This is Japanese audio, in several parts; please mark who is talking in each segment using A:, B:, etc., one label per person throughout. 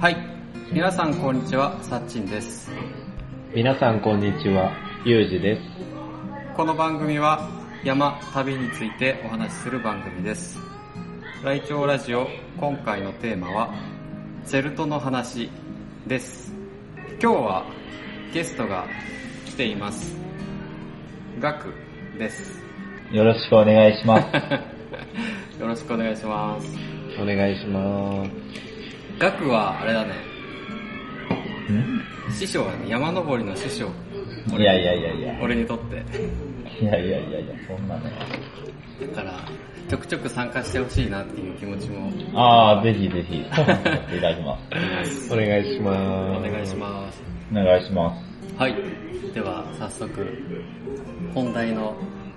A: はい。皆さん、こんにちは。さっちんです。
B: 皆さんこんにちは、ゆうじです。
A: この番組は山、旅についてお話しする番組です。ライチョウラジオ、今回のテーマは、チェルトの話です。今日はゲストが来ています。ガクです。
B: よろしくお願いします。
A: よろしくお願いします。
B: お願いしま
A: ガクはあれだね、
B: す。ん
A: 師匠だね、山登りの師匠。
B: いやいやいやいや。
A: 俺にとって。
B: いやいやいやいや、そんなね。
A: だから、ちょくちょく参加してほしいなっていう気持ちも
B: あー、ぜひぜ ひ、参加させていただきます。お願いしま
A: お願いします。
B: す。お願いします。
A: はい。では、早速、本題の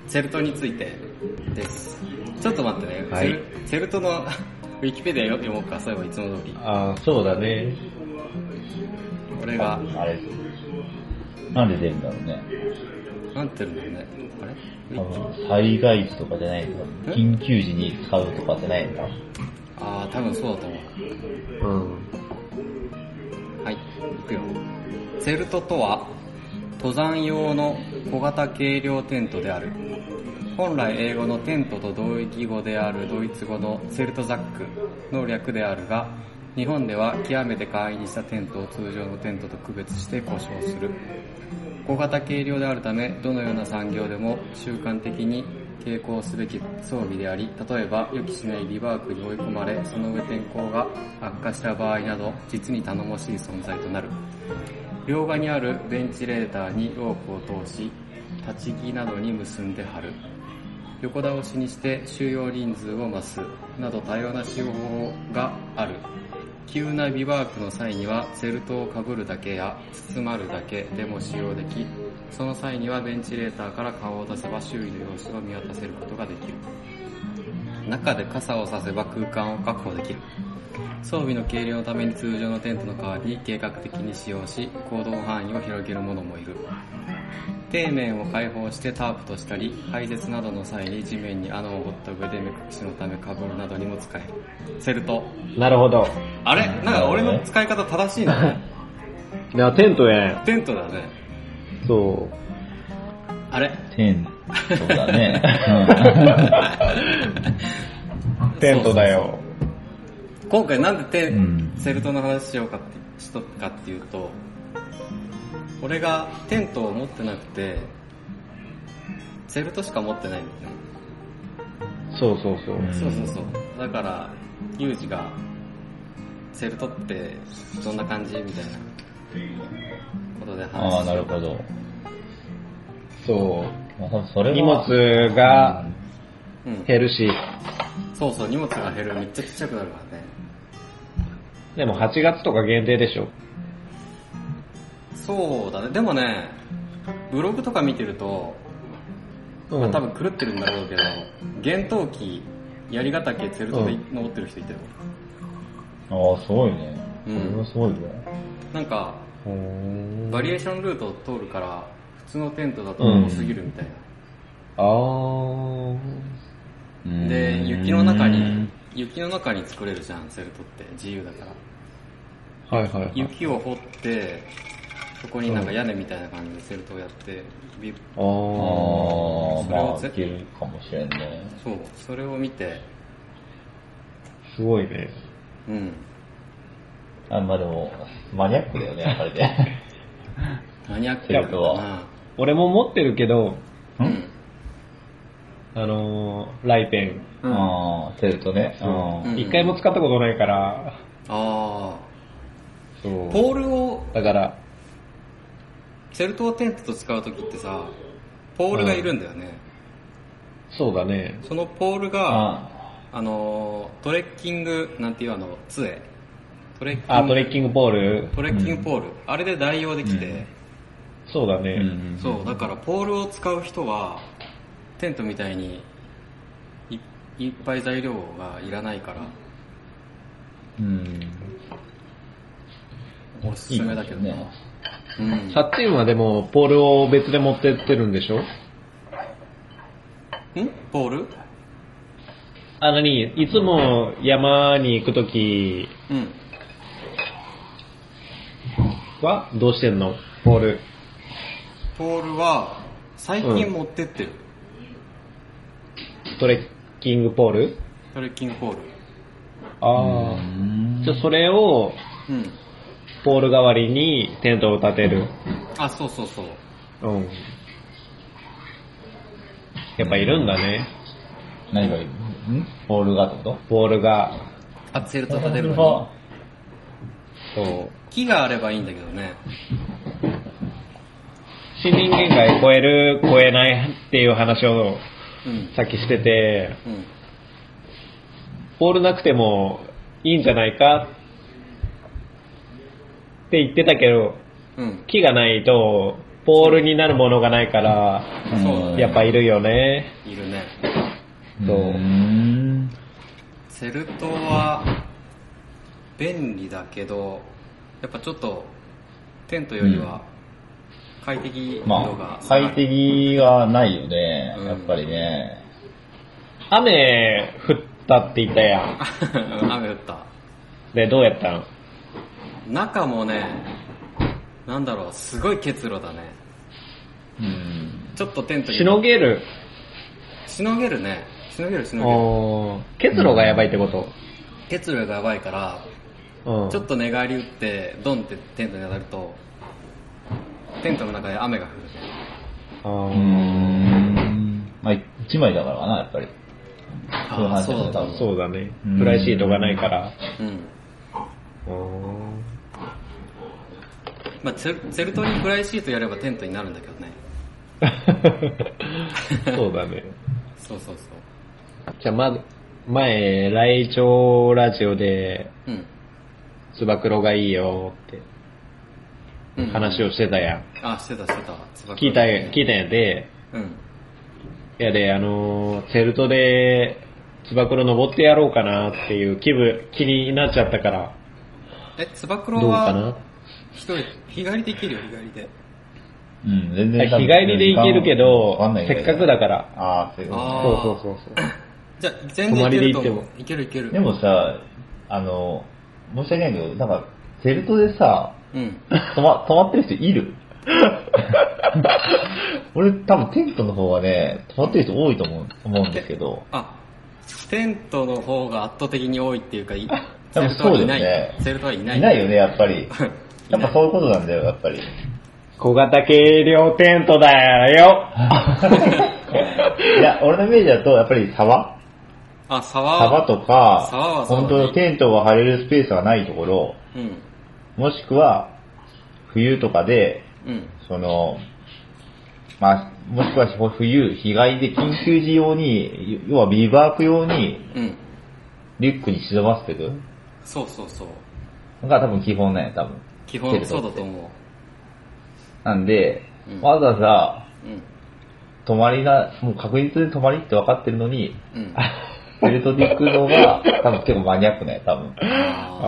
A: チェルトについてです。ちょっと待ってね。
B: はい
A: チェルチェルトの ウィキペディア読もうか、そういえばいつも通り。
B: あー、そうだね。
A: 俺が、
B: あれなんで出るんだろうね。
A: なんて言うんだろうね。あれウ
B: 多
A: ィキ
B: 分、災害時とかじゃないの
A: え
B: 緊急時に使うとかじゃないんだ。
A: あー、多分そうだと思
B: うん。
A: う。はい。いくよ。チェルトとは、登山用の小型軽量テントである。本来英語のテントと同義語であるドイツ語のセルトザックの略であるが、日本では極めて簡易にしたテントを通常のテントと区別して故障する。小型軽量であるため、どのような産業でも習慣的に傾向すべき装備であり、例えば予期しないリバークに追い込まれ、その上天候が悪化した場合など、実に頼もしい存在となる。両側にあるベンチレーターにロープを通し、立ち木などに結んで貼る。横倒しにして収容人数を増すなど多様な使用法がある急なビワークの際にはセルトをかぶるだけや包まるだけでも使用できその際にはベンチレーターから顔を出せば周囲の様子を見渡せることができる中で傘をさせば空間を確保できる装備の軽量のために通常のテントの代わりに計画的に使用し行動範囲を広げる者もいる底面を開放してタープとしたり排絶などの際に地面に穴を掘った上で目隠しのためかぶるなどにも使えるセルト
C: なるほど。
A: あれなんか俺の使い方正しい な
C: いや、テントやん。
A: テントだね
C: そ
A: あれ
B: テントだね。うんテントだよ。
A: 今回なんでテン、
B: うん
A: セルトの話しようかってしとくかっていうと俺がテントを持ってなくてセルトしか持ってないんだよね
C: う。そうそうそう。
B: ん
A: そうそうそう。だから、ユージが、セルトってどんな感じみたいなことで話
B: ああ、
A: して
B: なるほど。そう。まあ、多分それは
C: 荷物が
A: うん。
C: 減るし、
A: そうそう、荷物が減る。めっちゃちっちゃくなるからね。
C: でも8月とか限定でしょ。
A: そうだね。でもね、ブログとか見てると、まあ多分狂ってるんだろうけど、厳冬期、槍ヶ岳セルトで登ってる人いたよ。
B: ああ、すごいね。
A: う
B: うんん。それはすごいね。
A: なんか、
C: 分
A: バリエーションルートを通るから、普通のテントだと重すぎるみたいな。
C: あー。
B: うん
A: で、雪の中に、雪の中に作れるじゃん、セルトって。自由だから。
C: はいはい、はい。
A: 雪を掘って、そこになんか屋根みたいな感じでセルトをやって、ビ
C: あ
B: あ
C: ー。
B: あ、
A: それ
B: ま
A: を
B: あ、
A: ぜ
B: いけるかもしれんね。
A: そう、それを見て、
C: すごいね。
A: うん。
B: あんまあでも、マニアックだよね、あれで。
A: マニアック
B: セルト
A: な
B: は。
C: 俺も持ってるけど、
A: うん。
C: あのー、ライペン。
A: うん
B: ああ、セルトね。
A: う
B: うん
C: 一、回も使ったことないから、
A: ああ。
C: そう。
A: ポールを、
C: だから、
A: セルトをテントと使うときってさ、ポールがいるんだよね。
C: そうだね。
A: そのポールが、
B: あ
A: あのー、トレッキング、なんていうあの、杖。トレッキング。
C: あ、トレッキングボール。
A: トレッキングポール、あれで代用できて、
B: うん
C: そうだね。
B: ーうん。
A: そう、だからポールを使う人は、テントみたいにいいっぱい材料がいらないから、
B: うん。
A: おすすめだけどね。
B: いいかもし
A: うん
C: サッチームはでも、ポールを別で持ってってるんでしょ
A: んポール
C: あのに、いつも山に行くとき
A: うん。
C: は、どうしてんのポール。
A: ポールは、最近持ってってる。
C: トレッキングポール
A: トレッキングポール。
C: あ
B: う
C: あ。
B: ん
C: じゃあそれを、
A: うん。
C: ポール代わりにテントを立てる。
A: あ、そうそうそう。
C: うん。やっぱいるんだね、
B: 何がいいんポールがってこと
C: ポールが。
A: あ、セルト立てるの
B: は
C: そう。
A: に。木があればいいんだけどね。
C: 森林限界超える、超えないっていう話を
A: うん。
C: さっきしてて、
A: うん。
C: ポールなくてもいいんじゃないかって言ってたけど、
A: うん。
C: 木がないと、ポールになるものがないから、
A: そうだね
C: やっぱいるよね。
A: いるね。
C: そう
B: ーん
A: セルトは、便利だけど、やっぱちょっと、テントよりは、快適度
B: ま
A: が
B: あ、快適がないよね、
A: うん
B: やっぱりね。
C: 雨降ったって言ったやん。
A: うん 雨降った。
C: で、どうやったん
A: 中もね、なんだろう、すごい結露だね。
B: うん。
A: ちょっとテントに
C: しのげる。
A: しのげるね。しのげるしの
C: おー結露がやばいってこと
A: げる。結露がやばいから、
C: うん。
A: ちょっと寝返り打って、ドンってテントに当たると、テントの中で雨が降るね。
C: あ
B: うー
C: ー
B: ん。まあ、一枚だからかな、やっぱり。そうなん
A: あ
B: だよね多分
C: そうだね
B: うん。
C: フライシートがないから。
A: うん。
C: お
A: まあ、セルセルトにフライシートやればテントになるんだけどね。
C: ーそうだね。
A: そうそうそ
C: じゃあ、ま、前、来庁ラジオで、
A: う。うん。
C: つば九郎がいいよ
A: うん
C: って話をしてたやん。
A: あ、してたしてた。椿
C: 聞いた、聞いたんやで、
A: うん。
C: いやで、あのー、セルトで、つば九郎登ってやろうかなっていう気分、気になっちゃったから、
A: え、つば九
C: ど
A: 郎
C: うか
A: は
C: な、
A: 一人、日帰りできるよ、日帰りで。
B: うん、全然
C: 日帰りで行けるけど、せっかくだ
B: ら。
C: から。
B: ああ、そういうこと
A: あ
B: ね
A: ー
C: そうそうそうそう。
A: じゃあ、全然いけると思う
C: 泊ま。
A: いけるいける。
B: でもさ、あの、申し訳ないけど、なんか、セルトでさ、
A: うん。
B: 止ま、 止まってる人いる俺多分テントの方はね、止まってる人多いと思う思うんですけど、
A: あ、テントの方が圧倒的に多いっていうか、い
B: 多分そうだよね
A: セルトはいない。
B: いないよね、。やっぱり。やっぱそういうことなんだよ、やっぱり。
C: 小型軽量テントだよ
B: いや、俺のイメージだと、やっぱり沢
A: あ、沢。
B: 沢とか、
A: 沢はそうだね
B: 本当のテントを張れるスペースがないところ、
A: うん。
B: もしくは、冬とかで、
A: うん。
B: その、まあ、もしくは冬、被害で緊急時用に、要はビーバーク用に、
A: うん。
B: リュックに忍ばせてる
A: そうそうそう。
B: のが多分基本なんや、多分。
A: 基
B: セ
A: 本
B: ル
A: そ
B: ト
A: う
B: って
A: だと思
B: なんで、
A: うん
B: わざわ
A: う。うん。
B: ざ、泊まりな、もう確実に泊まりって分かってるのに、
A: うん。
B: ベルトで行くのが、多分結構マニアックね、多分。
A: あ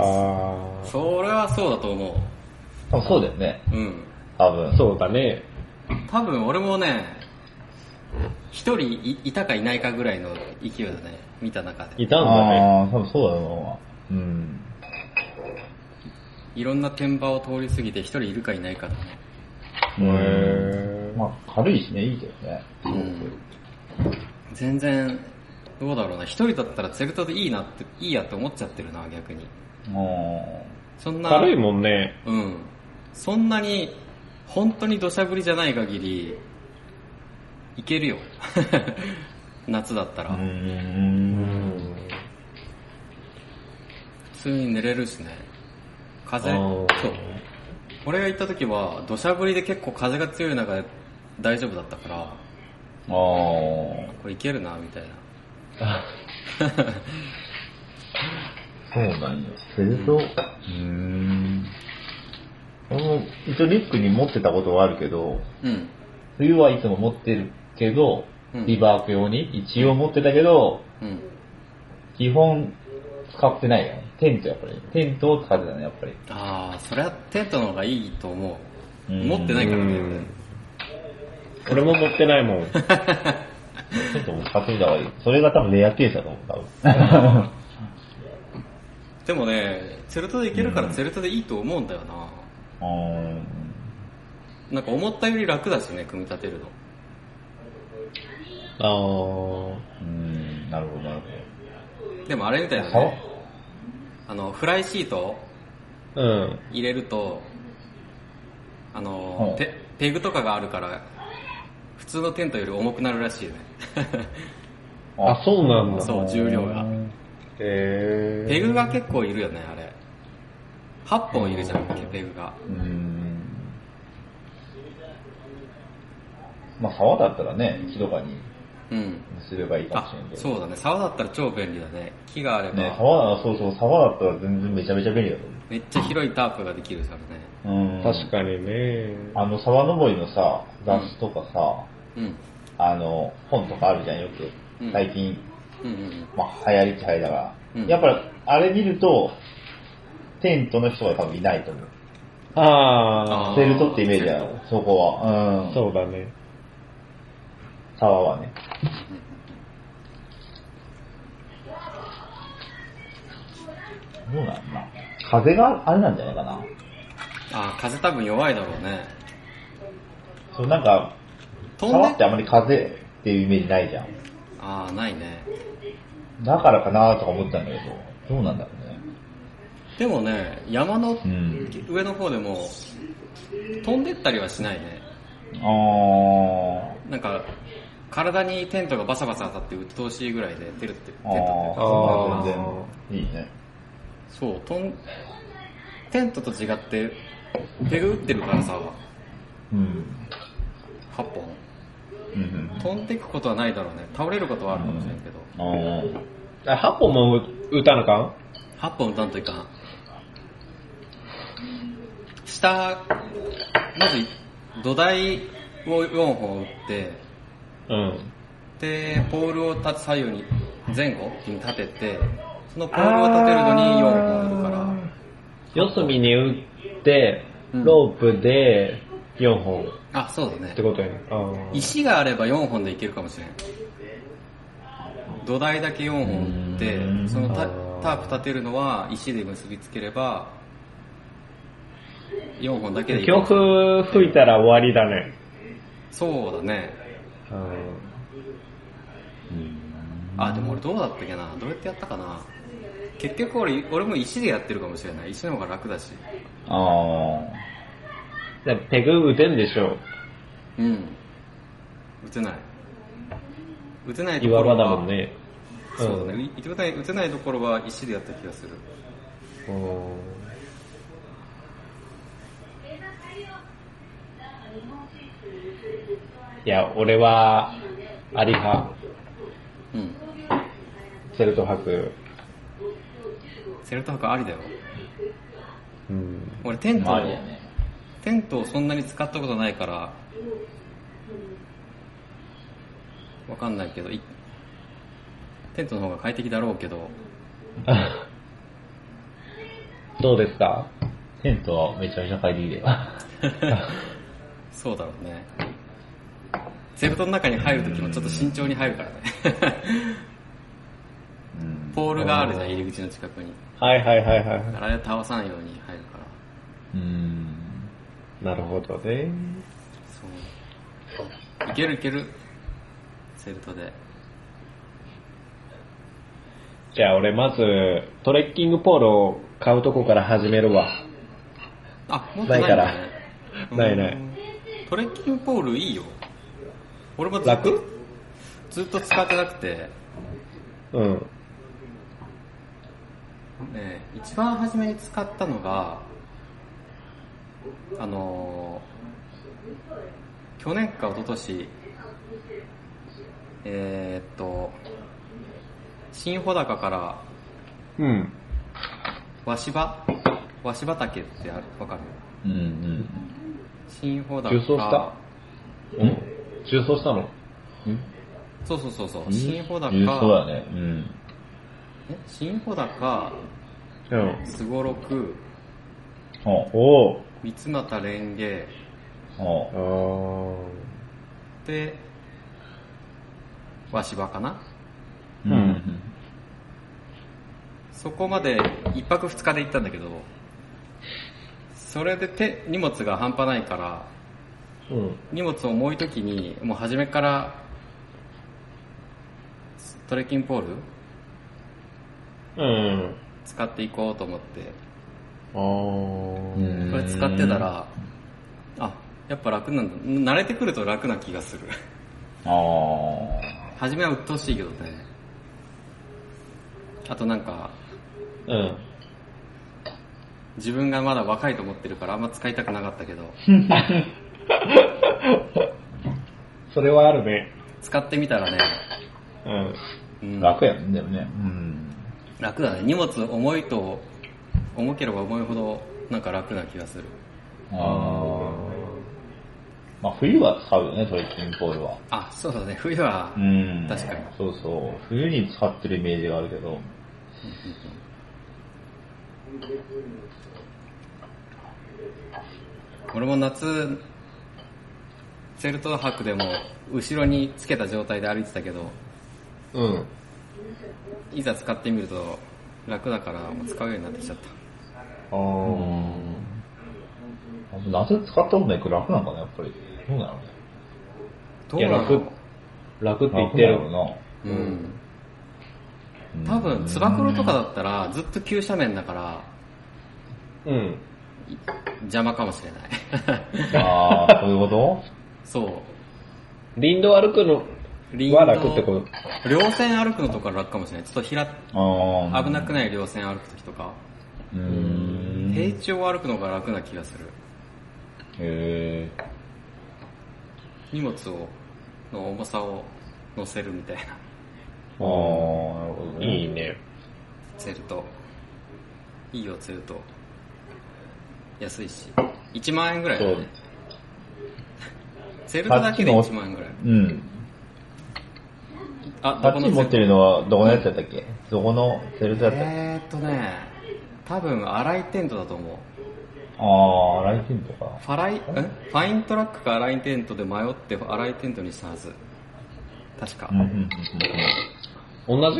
A: ー
C: あ
A: それはそうだと思
B: 多分そうだよね、
A: う。うん。
B: 多分。
C: そうだね。
A: 多分俺もね、一人いいたかいないかぐらいの勢いだね。見た中で。
C: いたんだね。
B: ああ、多分そうだろうな。うん。
A: いろんな天場を通り過ぎて一人いるかいないかだね。
B: うん。
C: へー
B: まあ、軽いしね、いいけどね。
A: うん全然、どうだろうな。一人だったらセルトでいいなって、いいやって思っちゃってるな、逆に。
B: うん。
A: そんな、
C: 軽いもんね。
A: うん。そんなに、本当に土砂降りじゃない限り、いけるよ。 夏だったら。
B: う
A: 普
B: ん。
A: 通に寝れるしね。風、
C: あ
A: そう
C: ー。
A: 俺が行った時は、土砂降りで結構風が強い中で大丈夫だったから、
B: ああ。
A: これいけるな、みたいな。
B: そうなんよ。すると、うーん。俺も一応リュックに持ってたことはあるけど、
A: うん。
B: 冬はいつも持ってるけど
A: う、ん
B: リバーク用に一応持ってたけど、
A: うん。
B: 基本使ってないよね。テントやっぱり。テントを使ってたね、やっぱり。
A: ああ、それはテントの方がいいと思う。
B: うん
A: 持ってないから
C: う
A: ね
C: ん。俺も持ってない もん。
B: ちょっと買ってみた方がいい。それが多分レアケースだと思う、多分。
A: でもね、ツェルトでいけるからツェルトでいいと思うんだよな。なんか思ったより楽だしね、組み立てるの。
C: あー
B: うん、なるほど、なるほ
A: でもあれみたいな
B: ど。
A: ね、あの、フライシート
C: うん。
A: 入れると、あ
B: う
A: の
B: ん、
A: ペペグとかがあるから、普通のテントより重くなるらしいね。
C: あ、そうなんだ。
A: そう、重量が。
C: へ
A: ペグが結構いるよね、あれ。8本いるじゃん、ペグが。
B: うん。まあ、沢だったらね、一度かに
A: うん。
B: すればいいかも
A: あ
B: しれん、けど。
A: そうだね。沢だったら超便利だね。木があれば、
B: ね、沢だ、そうそう、沢だったら全然めちゃめちゃ便利だと
A: めっちゃ広いタープができるからね。
B: 思う。
C: 確かにね。
B: あの、沢登りのさ、雑誌とかさ、
A: うん。
B: あの、本とかあるじゃん、よく
A: う。ん
B: 最近、
A: うんうん
B: まあ、流行りっちゃ流行りだから。
A: うん
B: やっぱ、あれ見ると、テントの人は多分いないと思う。
C: あ
A: あー
B: セルトってイメージだ
A: セル
B: よ、そこは。う
C: あ、
B: ん。
C: そうだね。
B: 沢はね。どうなんだろうな風があれなんじゃないかな。
A: あー、風多分弱いだろうね。
B: そう、なんか、
A: 飛ん
B: 沢っ
A: で
B: てあまり風っていうイメージないじゃん。
A: ああ、ないね。
B: だからかなとか思ったんだけど、どうなんだろうね。
A: でもね、山の
B: うん。
A: 上の方でも、飛んでったりはしないね。
B: あ
A: なんか、体にテントがバサバサ当たって鬱陶しいぐらいで、テルトって、テン
B: ー。
A: トっていうか
B: あ
C: あー
B: ー、全然いいね。
A: そう、飛ん、テントと違って、ペグ打ってるからさ、
B: うん。
A: 8本。
B: うん。
A: 飛んでいくことはないだろうね。倒れることはあるかもしれんけど。
B: あー。
C: あ、8本も打たなあかん
A: 8本打たんといかん。下、まず土台を4本打って、
C: うん。
A: で、ポールを立つ左右に、前後に立てて、そのポールを立てるのに4本打るから、
C: 四隅に打って、
A: うん
C: ロープで4本っ
A: あ、そうだね
C: て。ことやね。あー
A: 石があれば4本でいけるかもしれん。土台だけ4本打
B: う
A: っ
B: ー
A: て、
B: ん
A: そのタタープ立てるのは石で結びつければ、4本だけでいいか
C: 強
A: もしれん。
C: 風吹いたら終わりだね。
A: そうだね。
C: うん
A: あ、でも俺どうだったっけなどうやってやったかな結局俺、俺も石でやってるかもしれない。石の方が楽だし。
B: あー。
C: でペグ打てんでしょ。
A: うん。打てない。打てないとこ
C: 岩
A: ろ
C: 場
A: は。
C: だもん。ね。
A: そうだね。打てない、打てないところは石でやった気がする。
C: うん。いや、俺は、アリ派、
A: うん。
C: セルト泊。
A: セルト泊ありだよ。
C: うん。
A: 俺テントを、
B: まあいいやね。
A: テントをそんなに使ったことないから、わかんないけど、いテントの方が快適だろうけど、
C: どうですか
B: テントはめちゃめちゃ快適だよ。
A: そうだろうね。セルトの中に入るときもちょっと慎重に入るからね。
B: うん。
A: ポールがあるじゃん、入り口の近くに。
C: はいはいはいは
A: だからあれ倒さんように入るから。
B: うん。
C: い。なるほどね。
A: そう。いけるいける。セルトで。
C: じゃあ俺まず、トレッキングポールを買うとこから始めるわ。
A: あ、持ってないんだね。
C: ないから
A: うんトレッキングポールいいよ。俺もずっと
C: 楽
A: ずっと使ってなくて、
C: うん。
A: ね、一番初めに使ったのが、あのー去年か一昨年えーっと、新穂高から
C: うん。
A: 鷲羽鷲羽岳ってある、わかる
B: うんうん。
A: 新穂高。
C: 重装したうん。重装したの
A: そうそうそうそう、新穂高、
B: うんそうだね。うん。
A: え新穂高、
C: うん。
A: すごろく、
B: ほう
C: おお。
A: 三俣蓮華、
B: おう
A: で鷲羽かな
C: うん
A: そこまで1泊2日で行ったんだけどそれで手荷物が半端ないから
C: うん。
A: 荷物を重い時にもう初めからトレッキングポール
C: うん。
A: 使っていこうと思って
C: あー
B: うん
A: これ使ってたらあやっぱ楽なんだ慣れてくると楽な気がする
B: ああ
A: 初めは鬱陶しいけどねあとなんか
C: うん。
A: 自分がまだ若いと思ってるからあんま使いたくなかったけど
C: それはあるね。
A: 使ってみたらね、
C: うん。
A: うん、
B: 楽やんだよね。うん。
A: 楽だね荷物重いと重ければ重いほどなんか楽な気がする
B: あーまあ冬は使うよね、トレッキングポールは。
A: あそうだね冬は、
B: ん
A: 確かに
B: そうそう。冬に使ってるイメージがあるけど。
A: 俺も夏セルト泊でも後ろにつけた状態で歩いてたけど
C: うん。
A: いざ使ってみると楽だからもう使うようになってきちゃった
C: あ
B: 夏使ったことないけど楽なんかな、やっぱり。そうなのね。
A: ど
C: いや
A: の
C: 楽楽って言って
B: 楽な
C: る。
B: の
A: うん
B: な。
A: 多分つば九郎とかだったらずっと急斜面だから
C: うん。
A: い邪魔かもしれない
B: ああ、そういうこと
A: そう
C: 林道歩くの
A: 林
C: は楽ってこ
A: と
C: と。
A: 稜線歩くのとか楽かもしれないちょっとひら
B: ああ。
A: 危なく
B: い。
A: ない稜線歩くときとか
B: うーん。へ
A: 平地を歩くのが楽な気がする
B: え。
A: 荷物をの重さを乗せるみたいな
B: ああ、なるほどね。
C: いいね。
A: ツェルトいいよツェルト安いし1万円ぐらいだ
B: そう
A: ねツェルトだけで1万円ぐらい
B: うん。
A: あ
B: あっち
A: ツェ
B: 持
A: ル
B: っ
A: ト
B: てるのはどこのやつやったっけどこのセルトやったっけ
A: えーっとね多分荒いテントだと思う
B: ああ、ライティンとか。
A: ファライんファイントラックか荒いテントで迷って荒いテントにしたはず確か、
B: うんうんうんうん。
C: 同じ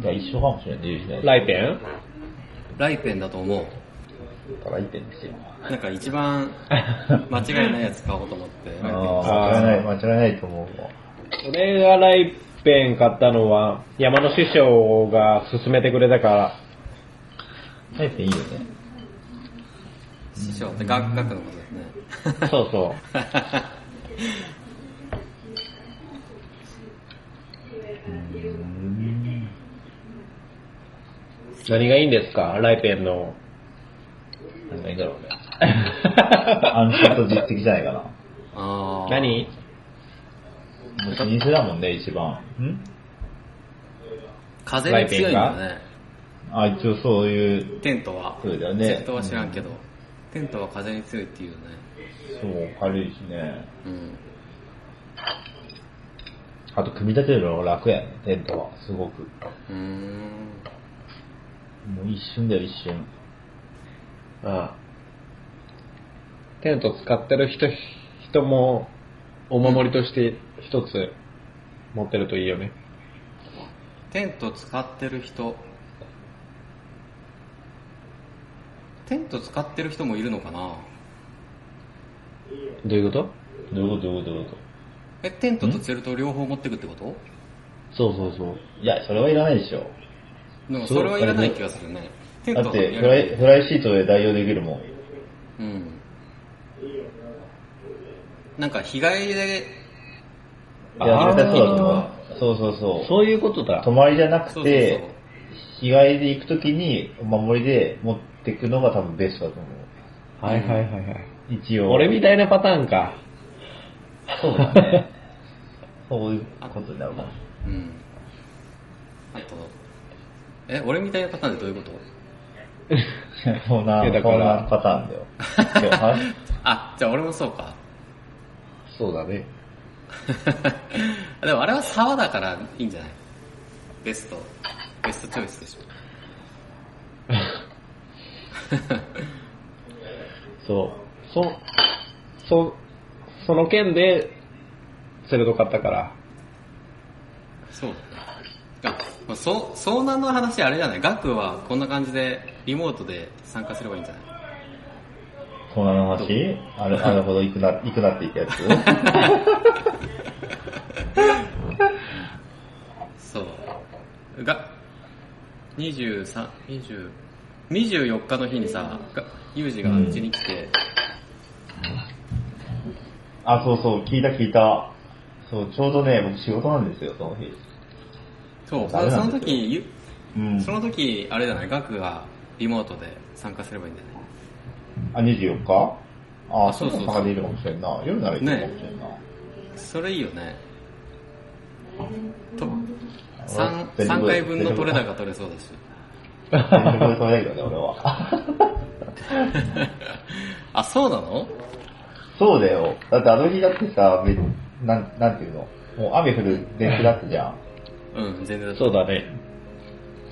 B: じゃあ一緒かもしれない、ね。
C: ライペン
A: ライペンだと思う
B: ライテンですよ。
A: なんか一 番間違いないやつ買おうと思って
B: あ
C: あ
B: あ、間違いない、間違いないと思うわ。
C: 俺がライペン買ったのは山の師匠が勧めてくれたから、
B: ライテンいいよね。
A: 師匠ってガクガクのことですね
C: そうそう。何がいいんですかライペン の。何がいいんだろうね。
B: 安心と実績じゃないかな。
A: あー
C: 何
B: もう老舗だもんね、一番。ん
A: 風に強いんだよね
B: あ、一応そういう、
A: テントは
B: そうだよね
A: テントは知らんけど、テントは風に強いっていうよね
B: そう、軽いしね。
A: うん
B: あと、組み立てるの楽やね、テントは。すごく。
A: うーん
B: もう一瞬だよ、一瞬。
C: ああテント使ってる人、人もお守りとして一つ持ってるといいよね。
A: テント使ってる人テント使ってる人もいるのかな
C: どういうこと
B: どういうこと、どういうこと、どういうこと。
A: えテントとツェルトを両方持ってくってこと
C: そうそうそう。
B: いや、それはいらないでしょ。
A: なんかそれはいらない気がするねテン
B: だ
A: ト
B: っ
A: は
B: て
A: や
B: フ
A: る
B: ライ、フライシートで代用できるもん。
A: うんなんか日帰りで
B: い
C: あ
B: や、
C: ー
B: 絶対そうだと思う。そうそうそう。
C: そういうことだ
B: 泊。まりじゃ
A: そ
B: なく
A: うそうそ
B: て
A: う、
B: 日帰りで行くときに、お守りで持ってくのが多分ベストだと思
C: はいはいはいはい。
B: う。一応。
C: 俺みたいなパターンか。
B: そうだ ね。そういうことになるかも。
A: うんあとえ俺みたいなパターンでどういうこと
B: そんない
C: やだ、か
B: そん
C: ら
B: なパターンだよ。 今日話
A: あじゃあ俺もそうか
C: そうだね。
A: でもあれは沢だからいいんじゃないベストベストチョイスでしょ
C: そう。そ、そ、その件で、セルド買ったから。
A: そうだね。あ、そう、遭難の話あれじゃないガクはこんな感じでリモートで参加すればいいんじゃない
B: そんなの話あれ、あれほど行くな、行くなって言 ったやつ
A: そう。が、23、20、24日の日にさ、がユージがうちに来て、
B: あ、そうそう、聞いた聞いた。そう、ちょうどね、僕仕事なんですよ、その日。
A: そう、そ
B: あれ
A: そ
B: なん
A: の
B: ですよ
A: 時、ゆ
B: うん。
A: その時、あれじゃないガクがリモートで参加すればいいんじゃない
B: あ、24日あ、
A: そ
B: そうう
A: そう
B: そ
A: そう
B: う。探りいるかもしれんな。夜なら行けるかもしれんな。
A: それいいよね。と、
B: 俺
A: 3、
B: 全部
A: 三回分の取れ高取れそうだし。
B: 全力でそれだけどね、俺は。
A: あ、そうなの
B: そうだよ。だってあの日だってさ、めなん、なんていうのもう雨降る電車だったじゃ
A: うん、全然だ
C: そうだね。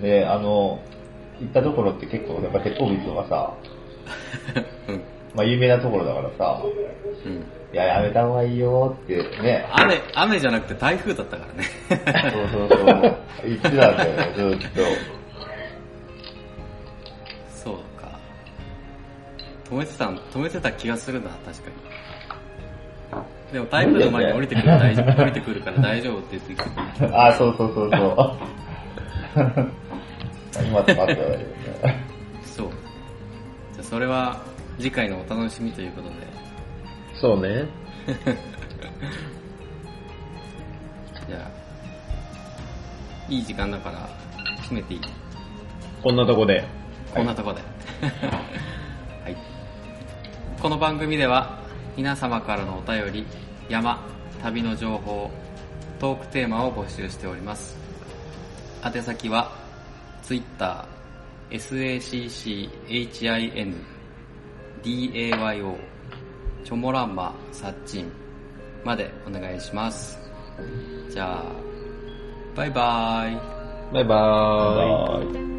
B: ん。で、あの、行ったところって結構、やっぱ鉄砲水とかさ、
A: うん。
B: まあ有名なところだからさ、
A: うん。
B: いや、やめた方がいいよってね、
A: 雨、雨じゃなくて台風だったからね。
B: そうそうそう、言ってたんだよね、ずっと。
A: そうか。止めてたん、止めてた気がするな、確かに。でも台風の前に降りてくる、大丈夫、降りてくるから大丈夫って言ってきてた。
B: あ、そうそうそうそう。今とかあったよね。
A: そう。じゃあそれは次回のお楽しみということで。
C: そうね。
A: じゃあ、いい時間だから、締めていい
C: こんなとこで。
A: こんなと ころで。はい。この番組では、皆様からのお便り、山、旅の情報、トークテーマを募集しております。宛先は、Twitter、sachin, dayo、チョモランマ、サッチンまでお願いします。じゃあ、バイバイ。
C: バイバーイ。
B: はい